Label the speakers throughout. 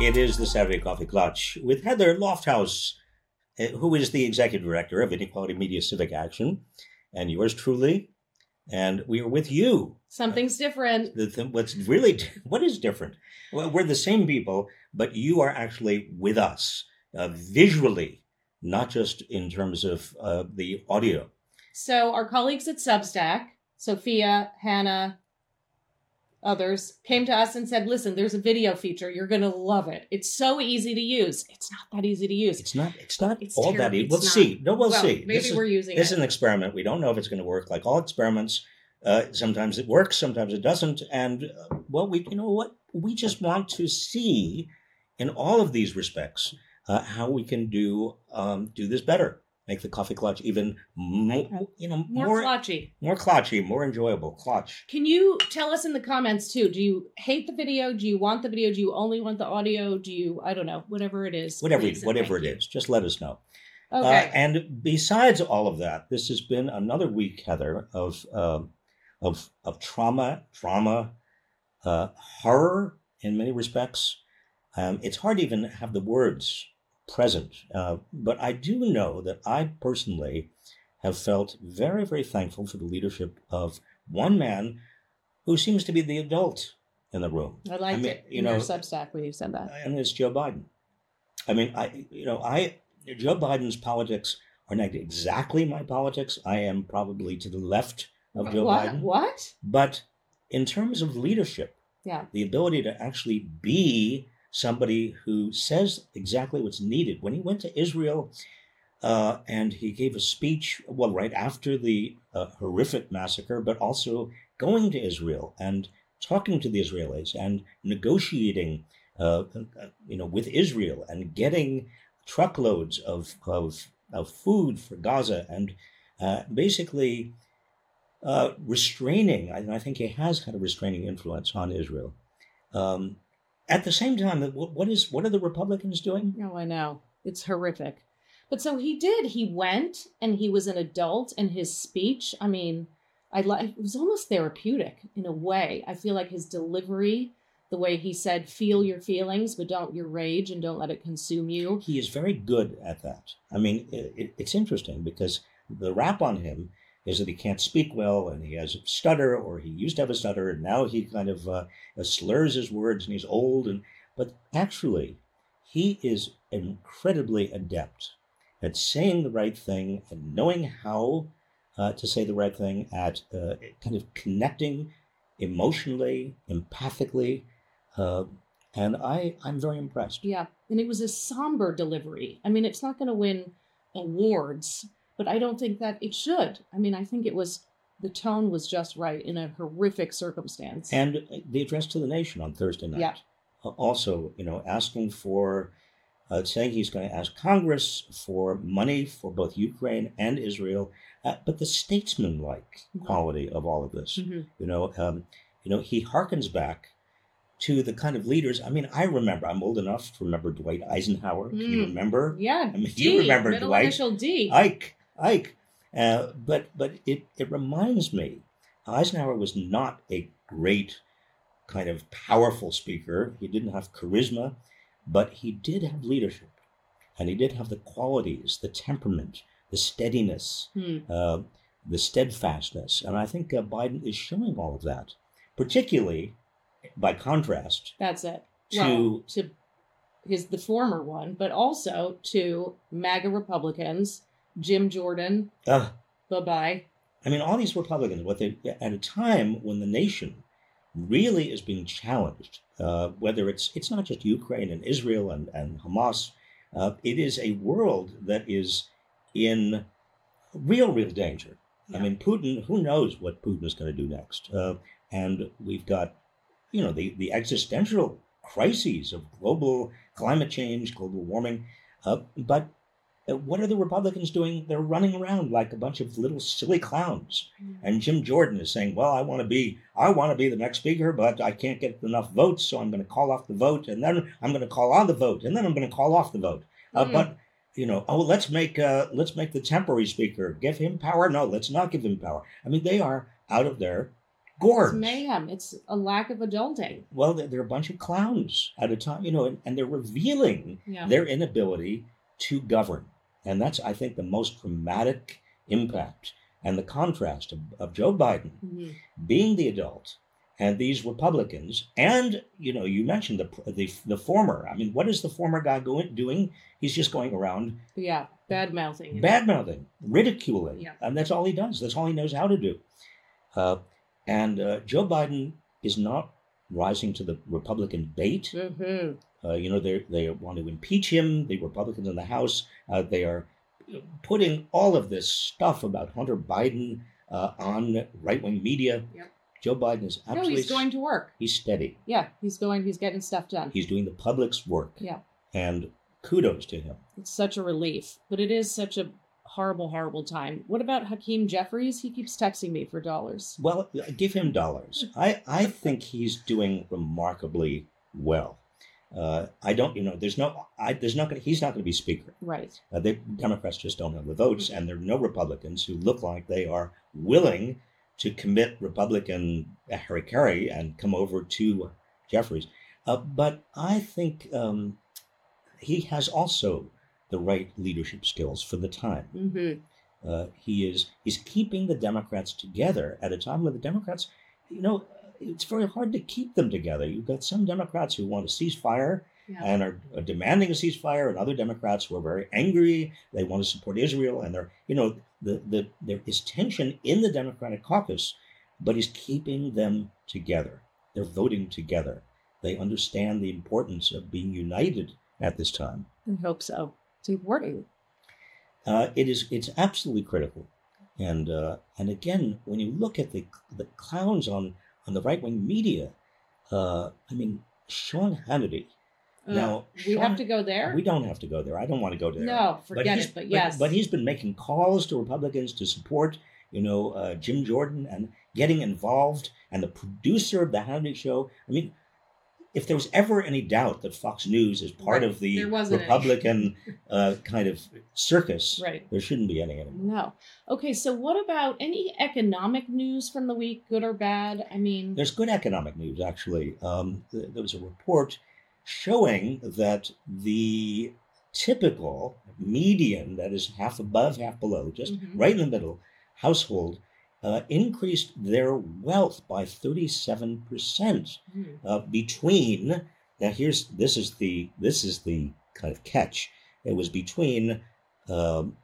Speaker 1: It is the Saturday Coffee Clutch with Heather Lofthouse, eh, who is the executive director of Inequality Media Civic Action, and yours truly. And we are with you.
Speaker 2: Something's different.
Speaker 1: The th- what's really what is different? Well, we're the same people, but you are actually with us uh, visually, not just in terms of uh, the audio.
Speaker 2: So, our colleagues at Substack, Sophia, Hannah, others, came to us and said, Listen, there's a video feature. You're going to love it. It's so easy to use. It's not that easy to use.
Speaker 1: It's not. It's not
Speaker 2: It's
Speaker 1: all that.
Speaker 2: terrible.
Speaker 1: E-
Speaker 2: It's
Speaker 1: we'll
Speaker 2: not.
Speaker 1: see. No, we'll,
Speaker 2: well,
Speaker 1: see.
Speaker 2: Maybe
Speaker 1: This is-
Speaker 2: we're using
Speaker 1: This is
Speaker 2: it.
Speaker 1: an experiment. We don't know if it's going to work. Like all experiments, uh, sometimes it works, sometimes it doesn't. And uh, well, we you know what we just want to see in all of these respects uh, how we can do um, do this better, make the coffee clutch even more you know
Speaker 2: More,
Speaker 1: more
Speaker 2: clutchy.
Speaker 1: more clutchy, more enjoyable clutch.
Speaker 2: Can you tell us in the comments too? Do you hate the video? Do you want the video? Do you only want the audio? Do you, I don't know, whatever it is.
Speaker 1: Whatever
Speaker 2: please and
Speaker 1: whatever
Speaker 2: thank
Speaker 1: it
Speaker 2: you.
Speaker 1: is, just let us know. Uh,
Speaker 2: Okay.
Speaker 1: and besides all of that, this has been another week, Heather, of um of of trauma, drama, uh, horror in many respects. Um, it's hard to even have the words present, uh, but I do know that I personally have felt very, very thankful for the leadership of one man who seems to be the adult in the room.
Speaker 2: I liked
Speaker 1: mean,
Speaker 2: it.
Speaker 1: you
Speaker 2: in
Speaker 1: know-
Speaker 2: your Substack when you said that.
Speaker 1: And it's Joe Biden. I mean, I you know, I Joe Biden's politics are not exactly my politics. I am probably to the left of Joe
Speaker 2: what?
Speaker 1: Biden.
Speaker 2: What?
Speaker 1: But in terms of leadership,
Speaker 2: Yeah.
Speaker 1: the ability to actually be somebody who says exactly what's needed. When he went to Israel uh, and he gave a speech, well, right after the uh, horrific massacre, but also going to Israel and talking to the Israelis and negotiating, uh, uh, you know, with Israel and getting truckloads of of, of food for Gaza and uh, basically uh, restraining, and I think he has had a restraining influence on Israel. Um, at the same time, that what what is what are the Republicans doing?
Speaker 2: No, Oh, I know. It's horrific. But so he did. He went and he was an adult and his speech, I mean, I like it was almost therapeutic in a way. I feel like his delivery, the way he said, feel your feelings, but don't your rage and don't let it consume you.
Speaker 1: He is very good at that. I mean, i it, it's interesting because the rap on him is that he can't speak well and he has a stutter, or he used to have a stutter, and now he kind of uh, slurs his words and he's old. And but actually, he is incredibly adept at saying the right thing and knowing how uh, to say the right thing, at uh, kind of connecting emotionally, empathically. Uh, and I, I'm very impressed.
Speaker 2: Yeah. And it was a somber delivery. I mean, it's not going to win awards, but I don't think that it should. I mean, I think it was the tone was just right in a horrific circumstance.
Speaker 1: And the address to the nation on Thursday night.
Speaker 2: Yeah.
Speaker 1: Uh, Also, you know, asking for, uh, saying he's going to ask Congress for money for both Ukraine and Israel, uh, but the statesmanlike
Speaker 2: Mhm.
Speaker 1: quality of all of this.
Speaker 2: Mhm.
Speaker 1: You know, um, you know, he harkens back to the kind of leaders. I mean, I remember. I'm old enough to remember Dwight Eisenhower. Do you
Speaker 2: Mm.
Speaker 1: remember?
Speaker 2: Yeah.
Speaker 1: I mean,
Speaker 2: D,
Speaker 1: you remember
Speaker 2: middle
Speaker 1: Dwight.
Speaker 2: initial D.
Speaker 1: Ike, Ike. Uh, but but it, it reminds me, Eisenhower was not a great kind of powerful speaker. He didn't have charisma, but he did have leadership. And he did have the qualities, the temperament, the steadiness,
Speaker 2: Hmm.
Speaker 1: uh, the steadfastness. And I think uh, Biden is showing all of that, particularly by contrast
Speaker 2: That's it.
Speaker 1: to.
Speaker 2: well, to his the former one, but also to MAGA Republicans, Jim Jordan,
Speaker 1: uh,
Speaker 2: bye bye.
Speaker 1: I mean, all these Republicans, what they at a time when the nation really is being challenged, uh, whether it's it's not just Ukraine and Israel and and Hamas, uh, it is a world that is in real, real danger. I
Speaker 2: Yeah.
Speaker 1: mean, Putin. Who knows what Putin is going to do next? Uh, and we've got, you know, the the existential crises of global climate change, global warming, uh, but. uh, What are the Republicans doing? They're running around like a bunch of little silly clowns. And Jim Jordan is saying, "Well, I want to be, I want to be the next speaker, but I can't get enough votes, so I'm going to call off the vote, and then I'm going to call on the vote, and then I'm going to call off the vote." Uh,
Speaker 2: Mm.
Speaker 1: But you know, oh, let's make, uh, let's make the temporary speaker give him power. No, let's not give him power. I mean, they are out of their
Speaker 2: It's
Speaker 1: gorge.
Speaker 2: mayhem. It's a lack of adulting.
Speaker 1: Well, they're, they're a bunch of clowns at a time, you know, and, and they're revealing
Speaker 2: Yeah.
Speaker 1: their inability to govern. And that's, I think, the most dramatic impact and the contrast of, of Joe Biden
Speaker 2: Mhm.
Speaker 1: being the adult and these Republicans, and you know, you mentioned the the, the former. I mean, what is the former guy going doing? He's just going around
Speaker 2: Yeah. Bad mouthing.
Speaker 1: bad mouthing, ridiculing,
Speaker 2: Yeah.
Speaker 1: and that's all he does. That's all he knows how to do. Uh, and uh, Joe Biden is not rising to the Republican bait.
Speaker 2: hmm
Speaker 1: Uh, you know, they they want to impeach him. The Republicans in the House, uh, they are putting all of this stuff about Hunter Biden uh, on right wing media.
Speaker 2: Yep.
Speaker 1: Joe Biden is
Speaker 2: No,
Speaker 1: absolutely
Speaker 2: he's going to work.
Speaker 1: he's steady.
Speaker 2: Yeah. He's going. He's getting stuff done.
Speaker 1: He's doing the public's work.
Speaker 2: Yeah.
Speaker 1: And kudos to him.
Speaker 2: It's such a relief, but it is such a horrible, horrible time. What about Hakeem Jeffries? He keeps texting me for dollars.
Speaker 1: Well, give him dollars. I, I think he's doing remarkably well. Uh, I don't, you know, there's no, I, there's not gonna, he's not going to be speaker.
Speaker 2: Right.
Speaker 1: Uh, the Democrats just don't have the votes, and there are no Republicans who look like they are willing to commit Republican uh, Harry Carey and come over to Jeffries. Uh, but I think um, he has also the right leadership skills for the time.
Speaker 2: Mm-hmm.
Speaker 1: Uh, he is he's keeping the Democrats together at a time when the Democrats, you know, it's very hard to keep them together. You've got some Democrats who want a ceasefire
Speaker 2: Yeah.
Speaker 1: and are, are demanding a ceasefire, and other Democrats who are very angry. They want to support Israel, and they're you know the the there is tension in the Democratic caucus, but he's keeping them together. They're voting together. They understand the importance of being united at this time.
Speaker 2: I hope so. It's rewarding.
Speaker 1: Uh, it is it's absolutely critical, and uh, and again, when you look at the the clowns on on the right wing media, uh, I mean Sean Hannity.
Speaker 2: Uh,
Speaker 1: Now,
Speaker 2: we
Speaker 1: Sean-
Speaker 2: have to go there.
Speaker 1: We don't have to go there. I don't want to go there.
Speaker 2: No, forget
Speaker 1: he's-
Speaker 2: it. But yes,
Speaker 1: but, he's been making calls to Republicans to support, you know, uh, Jim Jordan and getting involved, and the producer of the Hannity Show. I mean, if there was ever any doubt that Fox News is part
Speaker 2: Right.
Speaker 1: of the
Speaker 2: There wasn't any.
Speaker 1: Republican uh, kind of circus,
Speaker 2: right.
Speaker 1: there shouldn't be any anymore.
Speaker 2: No. Okay. So, what about any economic news from the week, good or bad? I mean,
Speaker 1: There's good economic news, actually. Um, th- there was a report showing that the typical median, that is half above, half below, just
Speaker 2: Mhm.
Speaker 1: right in the middle, household uh, increased their wealth by 37%
Speaker 2: Hmm.
Speaker 1: uh, between. Now, here's this is the this is the kind of catch. It was between um,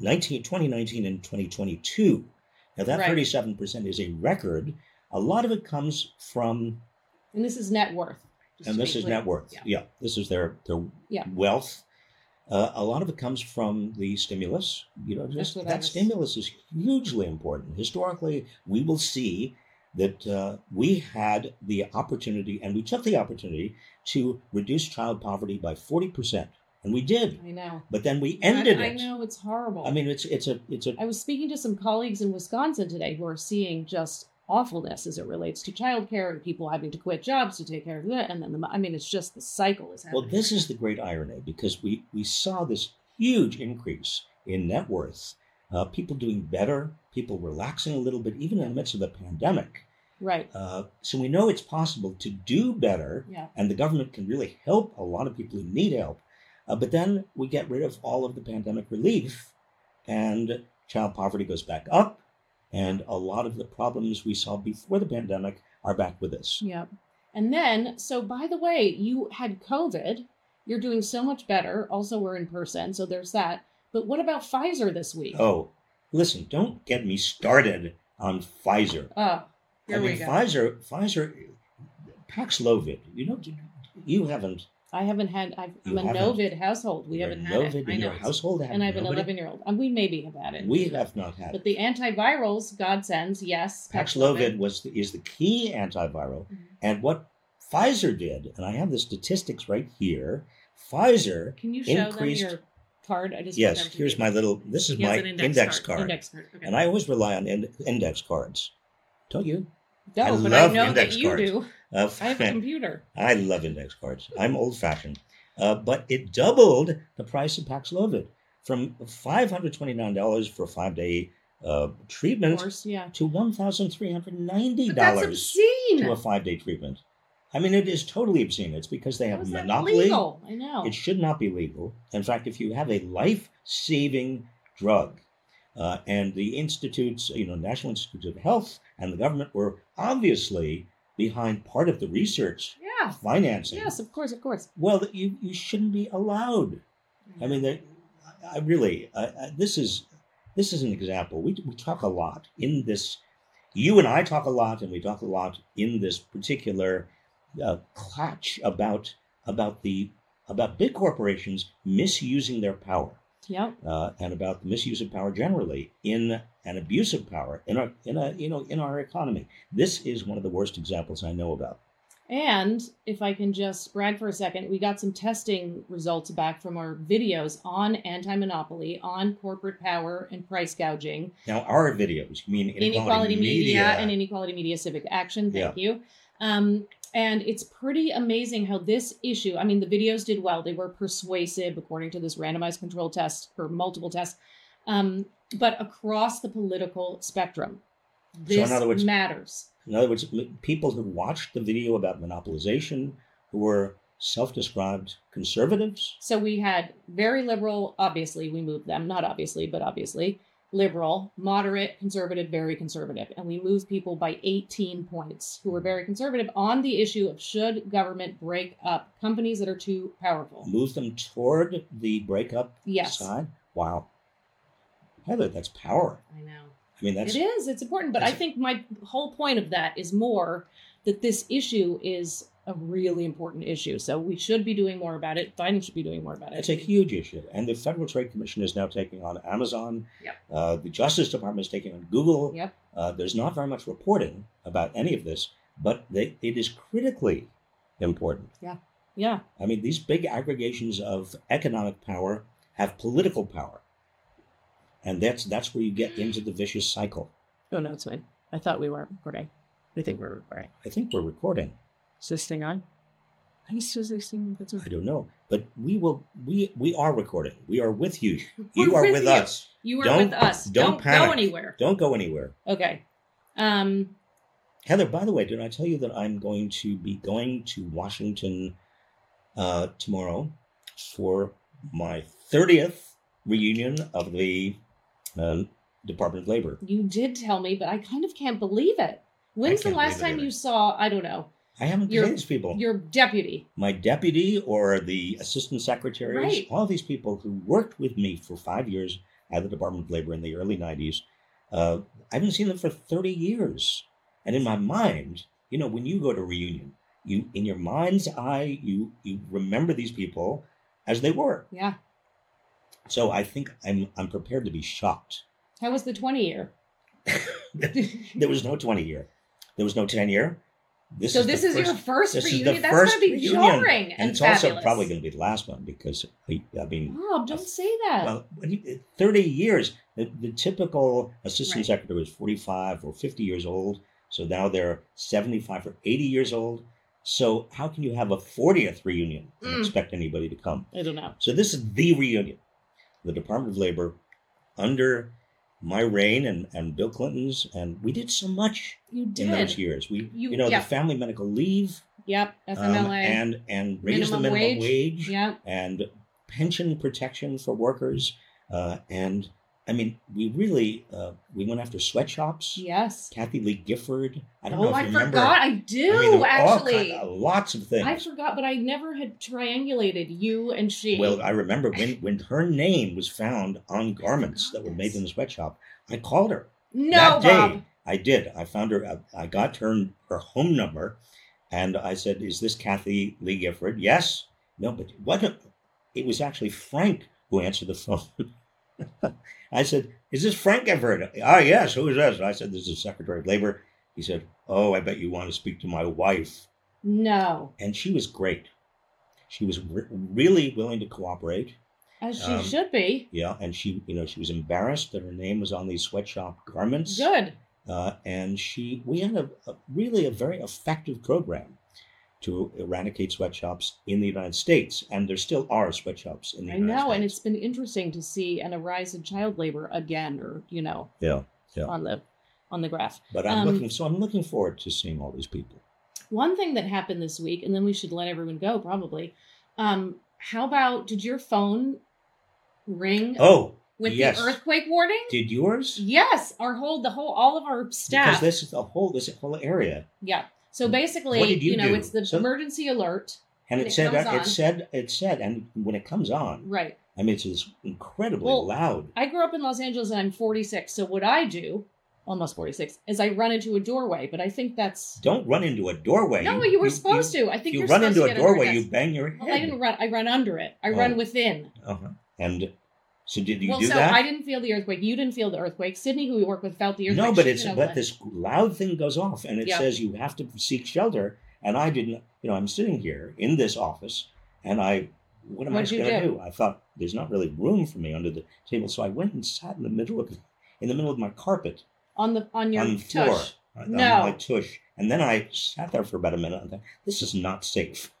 Speaker 1: 19, 2019 and 2022. Now, that
Speaker 2: Right.
Speaker 1: 37% is a record. A lot of it comes from,
Speaker 2: and this is net worth. just
Speaker 1: and
Speaker 2: to
Speaker 1: this
Speaker 2: be
Speaker 1: is
Speaker 2: clear.
Speaker 1: net worth.
Speaker 2: Yeah.
Speaker 1: Yeah, this is their their
Speaker 2: Yeah.
Speaker 1: wealth. Uh, a lot of it comes from the stimulus. You know,
Speaker 2: That's
Speaker 1: just,
Speaker 2: what I
Speaker 1: that
Speaker 2: was-
Speaker 1: stimulus is hugely important. Historically, we will see that uh, we had the opportunity, and we took the opportunity to reduce child poverty by forty percent, and we did.
Speaker 2: I know.
Speaker 1: But then we ended
Speaker 2: I, I
Speaker 1: it.
Speaker 2: know it's horrible.
Speaker 1: I mean, it's it's a it's a
Speaker 2: I was speaking to some colleagues in Wisconsin today who are seeing just awfulness as it relates to childcare and people having to quit jobs to take care of that. And then, the, mo- I mean, it's just the cycle is happening.
Speaker 1: Well, this is the great irony because we, we saw this huge increase in net worth, uh, people doing better, people relaxing a little bit, even in the midst of the pandemic.
Speaker 2: right.
Speaker 1: Uh, so we know it's possible to do better,
Speaker 2: Yeah.
Speaker 1: and the government can really help a lot of people who need help. Uh, but then we get rid of all of the pandemic relief, and child poverty goes back up, and a lot of the problems we saw before the pandemic are back with us.
Speaker 2: Yeah. And then, so by the way, you had COVID. You're doing so much better. Also, we're in person. So there's that. But what about Pfizer this week?
Speaker 1: Oh, listen, don't get me started on Pfizer.
Speaker 2: Oh,
Speaker 1: I
Speaker 2: here
Speaker 1: mean,
Speaker 2: we go.
Speaker 1: Pfizer, Pfizer, Paxlovid. You know, you haven't.
Speaker 2: I haven't had, I've, I'm
Speaker 1: You
Speaker 2: a
Speaker 1: haven't.
Speaker 2: Novid household. We
Speaker 1: you're
Speaker 2: haven't had
Speaker 1: Novid
Speaker 2: it. I
Speaker 1: in
Speaker 2: know.
Speaker 1: your household.
Speaker 2: and I have an
Speaker 1: nobody-
Speaker 2: 11 year old. And we maybe have had it.
Speaker 1: We have not had.
Speaker 2: But
Speaker 1: it.
Speaker 2: the antivirals, God sends, yes.
Speaker 1: Paxlovid was the, is the key antiviral,
Speaker 2: Mhm.
Speaker 1: and what Pfizer did, and I have the statistics right here. Pfizer
Speaker 2: Can you show
Speaker 1: increased-
Speaker 2: them your card? I just
Speaker 1: Yes, here's my little. This is my index, card,
Speaker 2: Index card. Okay.
Speaker 1: and I always rely on in, index cards. Don't you?
Speaker 2: no,
Speaker 1: I
Speaker 2: but
Speaker 1: love
Speaker 2: I know that
Speaker 1: index
Speaker 2: you
Speaker 1: cards.
Speaker 2: do.
Speaker 1: Uh,
Speaker 2: I have a computer.
Speaker 1: I love index cards. I'm old fashioned. Uh, but it doubled the price of Paxlovid from $529 for a five day uh,
Speaker 2: Of
Speaker 1: treatment
Speaker 2: course, yeah.
Speaker 1: to $1,390
Speaker 2: But that's obscene.
Speaker 1: to a five day treatment. I mean, it is totally obscene. It's because they
Speaker 2: How
Speaker 1: have
Speaker 2: is
Speaker 1: a
Speaker 2: that
Speaker 1: monopoly.
Speaker 2: legal? I know.
Speaker 1: It should not be legal. In fact, if you have a life saving drug, uh, and the institutes, you know, National Institutes of Health and the government were obviously behind part of the research
Speaker 2: yeah.
Speaker 1: financing.
Speaker 2: Yes, of course, of course.
Speaker 1: Well, you, you shouldn't be allowed. I mean, they- I I really, I, I, this is this is an example. We, we talk a lot in this. You and I talk a lot, and we talk a lot in this particular uh, clutch about about the about big corporations misusing their power
Speaker 2: Yep.
Speaker 1: uh, and about the misuse of power generally in an abuse of power in our in a you know in our economy. This is one of the worst examples I know about.
Speaker 2: And if I can just brag for a second, we got some testing results back from our videos on anti monopoly, on corporate power and price gouging,
Speaker 1: Now, our videos, you mean inequality,
Speaker 2: inequality media,
Speaker 1: media
Speaker 2: and inequality media civic action. Thank you. Um, and it's pretty amazing how this issue, I mean, the videos did well. They were persuasive according to this randomized control test or multiple tests, um, but across the political spectrum.
Speaker 1: So in
Speaker 2: This
Speaker 1: other words-
Speaker 2: matters.
Speaker 1: In other words, m- people who watched the video about monopolization who were self described conservatives.
Speaker 2: So we had very liberal, obviously, we moved them, not obviously, but obviously, liberal, moderate, conservative, very conservative. And we moved people by 18 points who were very conservative on the issue of should government break up companies that are too powerful?
Speaker 1: Move them toward the breakup
Speaker 2: Yes.
Speaker 1: side. Wow. Heather, that's power.
Speaker 2: I know.
Speaker 1: I mean, that's
Speaker 2: it is. It's important. But I
Speaker 1: that's-
Speaker 2: think my whole point of that is more that this issue is a really important issue. So we should be doing more about it. Biden should be doing more about it.
Speaker 1: it's a huge issue. And the Federal Trade Commission is now taking on Amazon.
Speaker 2: Yep.
Speaker 1: Uh, the Justice Department is taking on Google.
Speaker 2: Yep.
Speaker 1: Uh, there's not very much reporting about any of this, but they, it is critically important.
Speaker 2: Yeah.
Speaker 1: I mean, these big aggregations of economic power have political power, and that's that's where you get into the vicious cycle.
Speaker 2: Oh, no, it's fine. I thought we weren't recording. I think we're recording.
Speaker 1: I think we're recording.
Speaker 2: Is this thing on? I think it's this thing. That's
Speaker 1: I don't know, but we will. We we are recording. We are with you.
Speaker 2: We're
Speaker 1: You are
Speaker 2: with
Speaker 1: with
Speaker 2: you.
Speaker 1: us.
Speaker 2: You are
Speaker 1: Don't-
Speaker 2: with us.
Speaker 1: don't
Speaker 2: Don't, go
Speaker 1: panic.
Speaker 2: anywhere.
Speaker 1: Don't go anywhere,
Speaker 2: Okay. Um.
Speaker 1: Heather. By the way, did I tell you that I'm going to be going to Washington uh, tomorrow for my thirtieth reunion of the um, Department of Labor?
Speaker 2: You did tell me, but I kind of can't believe it. When's the
Speaker 1: can't believe
Speaker 2: last
Speaker 1: it
Speaker 2: time
Speaker 1: either.
Speaker 2: you saw? I don't know.
Speaker 1: I haven't
Speaker 2: You're-
Speaker 1: seen these people.
Speaker 2: Your deputy.
Speaker 1: my deputy or the assistant secretaries,
Speaker 2: Right.
Speaker 1: all these people who worked with me for five years at the Department of Labor in the early 90s, uh, I haven't seen them for 30 years. And in my mind, you know, when you go to reunion, you in your mind's eye, you you remember these people as they were.
Speaker 2: Yeah.
Speaker 1: So I think I'm I'm prepared to be shocked.
Speaker 2: How was the twenty year?
Speaker 1: There was no 20 year, there was no 10 year. This
Speaker 2: so
Speaker 1: the
Speaker 2: this is your
Speaker 1: first-
Speaker 2: first
Speaker 1: this is the
Speaker 2: reunion. That's
Speaker 1: first
Speaker 2: going to be
Speaker 1: reunion.
Speaker 2: jarring and,
Speaker 1: and it's
Speaker 2: fabulous.
Speaker 1: also probably going to be the last one because I, I mean.
Speaker 2: Bob, don't say that.
Speaker 1: well, when you- 30 years. The, the typical assistant
Speaker 2: Right.
Speaker 1: secretary was 45 or 50 years old. So now they're 75 or 80 years old. So how can you have a 40th reunion and
Speaker 2: Mm.
Speaker 1: expect anybody to come?
Speaker 2: I don't know.
Speaker 1: So this is the reunion. The Department of Labor, under my reign and, and Bill Clinton's, and we did so much
Speaker 2: You
Speaker 1: in those
Speaker 2: did.
Speaker 1: years. We, you,
Speaker 2: You-
Speaker 1: know,
Speaker 2: yeah.
Speaker 1: the family medical leave
Speaker 2: Yep.
Speaker 1: um,
Speaker 2: FMLA.
Speaker 1: and and raised the
Speaker 2: Minimum
Speaker 1: minimum
Speaker 2: wage.
Speaker 1: wage
Speaker 2: yep.
Speaker 1: and pension protection for workers. Uh, and I mean, we really uh, we went after sweatshops.
Speaker 2: Yes.
Speaker 1: Kathy Lee Gifford. I don't know
Speaker 2: Oh,
Speaker 1: if
Speaker 2: I
Speaker 1: you remember.
Speaker 2: forgot. I
Speaker 1: I
Speaker 2: do
Speaker 1: mean, there were all
Speaker 2: actually.
Speaker 1: kind- lots of
Speaker 2: I
Speaker 1: things.
Speaker 2: forgot, but I never had triangulated you and she.
Speaker 1: well, I remember when when her name was found on garments that were made in the sweatshop. I called her
Speaker 2: no,
Speaker 1: that day.
Speaker 2: Bob.
Speaker 1: I did. I found her. uh, I, I got her her home number, and I said, "Is this Kathy Lee Gifford?" Yes. No, but what? a- it was actually Frank who answered the phone. I said, "Is this Frank Gifford?" Ah, yes. Who is this? I said, "This is Secretary of Labor." He said, "Oh, I bet you want to speak to my wife."
Speaker 2: No,
Speaker 1: And she was great. She was re- really willing to cooperate.
Speaker 2: as she
Speaker 1: Um,
Speaker 2: should be.
Speaker 1: Yeah, and she, you know, she was embarrassed that her name was on these sweatshop garments
Speaker 2: Good.
Speaker 1: uh, and she we had a, a really a very effective program to eradicate sweatshops in the United States, and there still are sweatshops in the
Speaker 2: I
Speaker 1: United
Speaker 2: know, and
Speaker 1: States.
Speaker 2: it's been interesting to see an a rise in child labor again, or you know,
Speaker 1: Yeah. Yeah.
Speaker 2: on the on the graph.
Speaker 1: But I'm
Speaker 2: Um,
Speaker 1: looking, so I'm looking forward to seeing all these people.
Speaker 2: One thing that happened this week, and then we should let everyone go probably. Um, how about did your phone ring
Speaker 1: Oh,
Speaker 2: with
Speaker 1: yes.
Speaker 2: the earthquake warning?
Speaker 1: did yours?
Speaker 2: Yes, our whole the whole all of our
Speaker 1: Because
Speaker 2: staff.
Speaker 1: this is the whole this whole area,
Speaker 2: yeah. So
Speaker 1: Hmm. What
Speaker 2: basically,
Speaker 1: did you
Speaker 2: know,
Speaker 1: do?
Speaker 2: it's the
Speaker 1: So-
Speaker 2: emergency alert.
Speaker 1: and it,
Speaker 2: When it
Speaker 1: said
Speaker 2: comes on.
Speaker 1: it said it said, and when it comes on,
Speaker 2: Right.
Speaker 1: I mean, it's just incredibly
Speaker 2: Well,
Speaker 1: loud.
Speaker 2: I grew up in Los Angeles and I'm 46. So what I do, almost 46, is I run into a doorway, but I think that's
Speaker 1: Don't run into a doorway.
Speaker 2: No, you were supposed to. I
Speaker 1: If
Speaker 2: think
Speaker 1: you
Speaker 2: are
Speaker 1: run
Speaker 2: supposed
Speaker 1: into
Speaker 2: to
Speaker 1: a
Speaker 2: get under
Speaker 1: doorway, you
Speaker 2: desk.
Speaker 1: bang your head.
Speaker 2: Well, I didn't run. I run under it. I
Speaker 1: Oh.
Speaker 2: run within.
Speaker 1: uh-huh. And so, did you
Speaker 2: well,
Speaker 1: do
Speaker 2: so
Speaker 1: that?
Speaker 2: I didn't feel the earthquake. You didn't feel the earthquake. Sydney, who we work with, felt the earthquake.
Speaker 1: no, but
Speaker 2: She
Speaker 1: it's
Speaker 2: didn't know
Speaker 1: but
Speaker 2: that.
Speaker 1: this loud thing goes off, and it
Speaker 2: Yeah.
Speaker 1: says you have to seek shelter. And I didn't. You know, I'm sitting here in this office, and I. What am
Speaker 2: What'd
Speaker 1: I
Speaker 2: you
Speaker 1: going to
Speaker 2: do?
Speaker 1: do? I thought there's not really room for me under the table, so I went and sat in the middle of in the middle of my carpet
Speaker 2: on the on your
Speaker 1: on the
Speaker 2: tush.
Speaker 1: floor on
Speaker 2: No.
Speaker 1: my tush, and then I sat there for about a minute. And thought, this is not safe.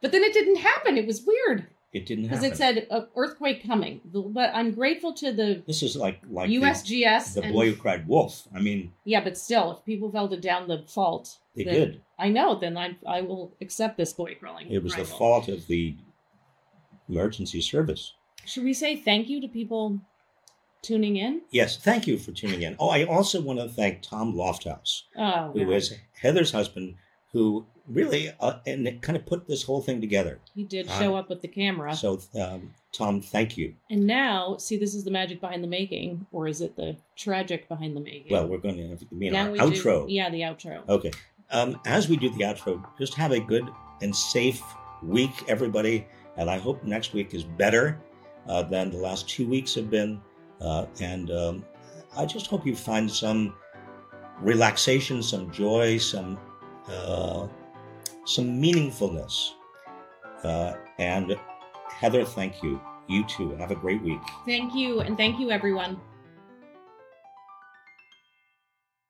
Speaker 2: But then it didn't happen. It was weird
Speaker 1: It didn't
Speaker 2: because
Speaker 1: happen.
Speaker 2: it said uh, earthquake coming. The- But I'm grateful to the
Speaker 1: this is like like the-
Speaker 2: USGS.
Speaker 1: the,
Speaker 2: and-
Speaker 1: boy who cried wolf. I mean,
Speaker 2: Yeah, but still, if people felt it down the fault,
Speaker 1: they
Speaker 2: then
Speaker 1: did.
Speaker 2: I know. Then I I will accept this boy crawling.
Speaker 1: It was the
Speaker 2: rival.
Speaker 1: fault of the emergency service.
Speaker 2: Should we say thank you to people tuning in?
Speaker 1: Yes, thank you for tuning in. Oh, I also want to thank Tom Lofthouse,
Speaker 2: Oh,
Speaker 1: who
Speaker 2: no.
Speaker 1: is Heather's husband, who really uh, and kind of put this whole thing together.
Speaker 2: he did
Speaker 1: Uh,
Speaker 2: show up with the camera.
Speaker 1: So, um, Tom, thank you.
Speaker 2: And now, see, this is the magic behind the making, or is it the tragic behind the making?
Speaker 1: Well, we're going to have to be in
Speaker 2: now
Speaker 1: our
Speaker 2: we
Speaker 1: outro.
Speaker 2: Do, yeah, the outro.
Speaker 1: Okay. Um, as we do the outro, just have a good and safe week, everybody. And I hope next week is better uh, than the last two weeks have been. Uh, and um, I just hope you find some relaxation, some joy, some uh, some meaningfulness. Uh, and Heather, thank you. You too. Have a great week.
Speaker 2: Thank you, and thank you, everyone.